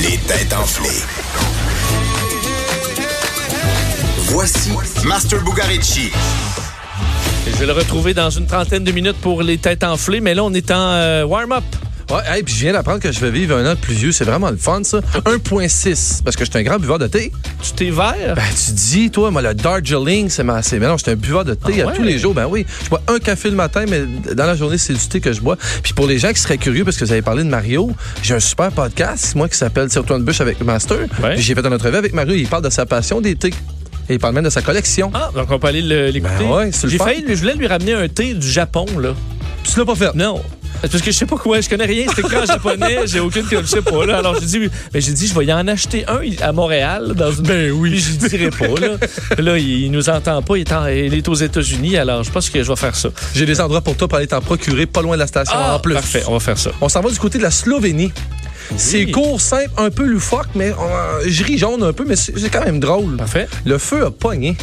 Les têtes enflées. Voici Master Bugarici. Et Je vais le retrouver dans une trentaine de minutes pour les têtes enflées, mais là, on est en euh, warm-up. Ouais, hey, puis je viens d'apprendre que je vais vivre un an de plus vieux. C'est vraiment le fun, ça. 1,6 parce que je suis un grand buveur de thé. Tu t'es vert? Ben, tu dis, toi, moi, le Darjeeling, c'est ma. c'est- Mais non, je suis un buveur de Ah thé à ouais? tous les jours. Ben oui. Je bois un café le matin, mais dans la journée, c'est du thé que je bois. Puis pour les gens qui seraient curieux, parce que vous avez parlé de Mario, j'ai un super podcast, moi, qui s'appelle Tire-toi une bûche avec Master. Ouais. Puis j'ai fait un entrevue avec Mario. Il parle de sa passion des thés. Et il parle même de sa collection. Ah, donc on peut aller le- l'écouter. Ben ouais, c'est le J'ai fun. failli, lui- je voulais lui ramener un thé du Japon, là. Tu l'as pas fait? Non. C'est Parce que je sais pas quoi, je connais rien, c'est écrit en japonais, j'ai aucune que je sais pas là. Alors j'ai dit, mais j'ai dit, je vais y en acheter un à Montréal dans une. Ben oui, je dirai pas là. Là, il, il nous entend pas, il est, en- il est aux États-Unis, alors je pense que je vais faire ça. J'ai des endroits pour toi pour aller t'en procurer pas loin de la station en plus. Ah, parfait, on va faire ça. On s'en va du côté de la Slovénie. C'est court, simple, un peu loufoque, mais euh, je ris jaune un peu, mais c'est c'est quand même drôle. Parfait. Le feu a pogné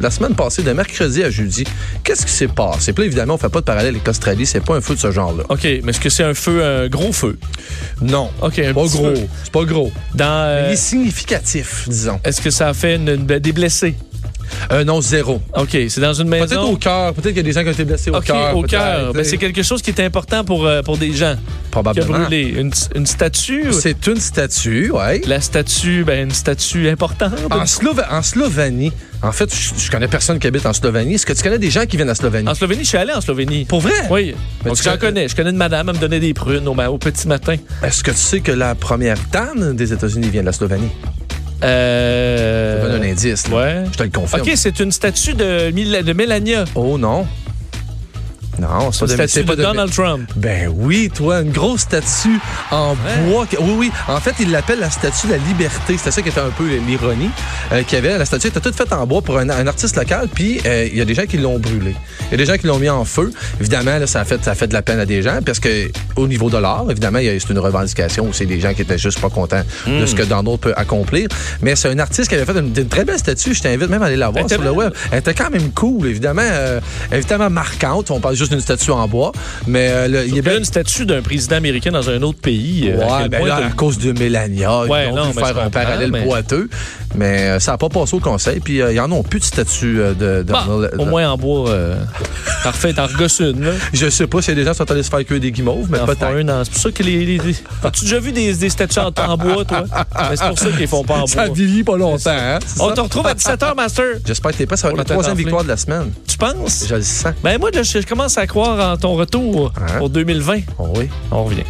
la semaine passée, de mercredi à jeudi. Qu'est-ce qui s'est passé? Puis là, évidemment, on fait pas de parallèle avec l'Australie, c'est pas un feu de ce genre-là. Ok, mais est-ce que c'est un feu, un gros feu Non. Ok, un Pas petit gros. peu. C'est pas gros. Dans. Mais euh, Il est significatif, disons. Est-ce que ça a fait une- une- des blessés? Euh, non, zéro. OK, c'est dans une maison. Peut-être au cœur. Peut-être qu'il y a des gens qui ont été blessés au OK, cœur. au peut-être, cœur. Ben, tu sais. c'est quelque chose qui est important pour, euh, pour des gens qui a Probablement. brûlé. Une, une statue. ben, hein? Ah, C'est une statue, ouais. La statue, ben, une statue importante. En, Slova- en Slovanie, en fait, je je connais personne qui habite en Slovanie. Est-ce que tu connais des gens qui viennent à Slovénie? En Slovénie, je suis allé en Slovénie. Pour vrai? Oui. Mais Donc, tu j'en connais- connais. Je connais une madame, elle me donnait des prunes au, ma- au petit matin. Est-ce que tu sais que la première dame des États-Unis vient de la Slovénie? Euh... Je te donne un indice. là. Ouais. Je te le confirme. OK, c'est une statue de, Mil- de Melania. Oh non. Non, Une c'est pas de, statue c'est de, pas Donald Trump. Ben oui, toi, une grosse statue en bois. que- Oui, oui. En fait, il l'appelle la statue de la liberté. C'était ça qui était un peu l'ironie euh, qu'il y avait. La statue était toute faite en bois pour un, un artiste local. Puis euh, il y a des gens qui l'ont brûlée. Il y a des gens qui l'ont mis en feu. Évidemment, là, ça a fait ça a fait de la peine à des gens parce que au niveau de l'art, évidemment, il y a- c'est une revendication où c'est des gens qui étaient juste pas contents de Hmm. ce que dans d'autres peut accomplir. Mais c'est un artiste qui avait fait une, une très belle statue. Je t'invite même à aller la voir Elle était sur le belle. web. Elle était quand même cool, évidemment, euh, évidemment marquante. On parle juste d'une statue en bois, mais euh, le- il Il y est a bien une statue d'un président américain dans un autre pays. Euh, à Ouais, quel ben point là, t'as- à cause de Mélania, Ouais, ils ont non, dû mais je faire un comprends, parallèle mais- boiteux, mais euh, ça n'a pas passé au conseil, puis euh, ils en ont plus de statut euh, de, de- Bah, de- au moins en bois, euh, parfait, t'en regosses une. là. Je sais pas si des gens qui sont allés se faire cuire des guimauves, mais T'en feras peut-être. une en- C'est pour ça que les. les- les- As-tu déjà vu des, des statues en, en bois, toi? Mais c'est pour ça qu'ils font pas en Ça bois. vieillit pas longtemps, hein? c'est On ça? te retrouve à 17h, Master. J'espère que t'es pas, ça va On être la t'a troisième enflé. victoire de la semaine. Tu penses? Je le sens. Ben moi, je, je commence à croire en ton retour Hein? pour 2020. Oh oui. On revient.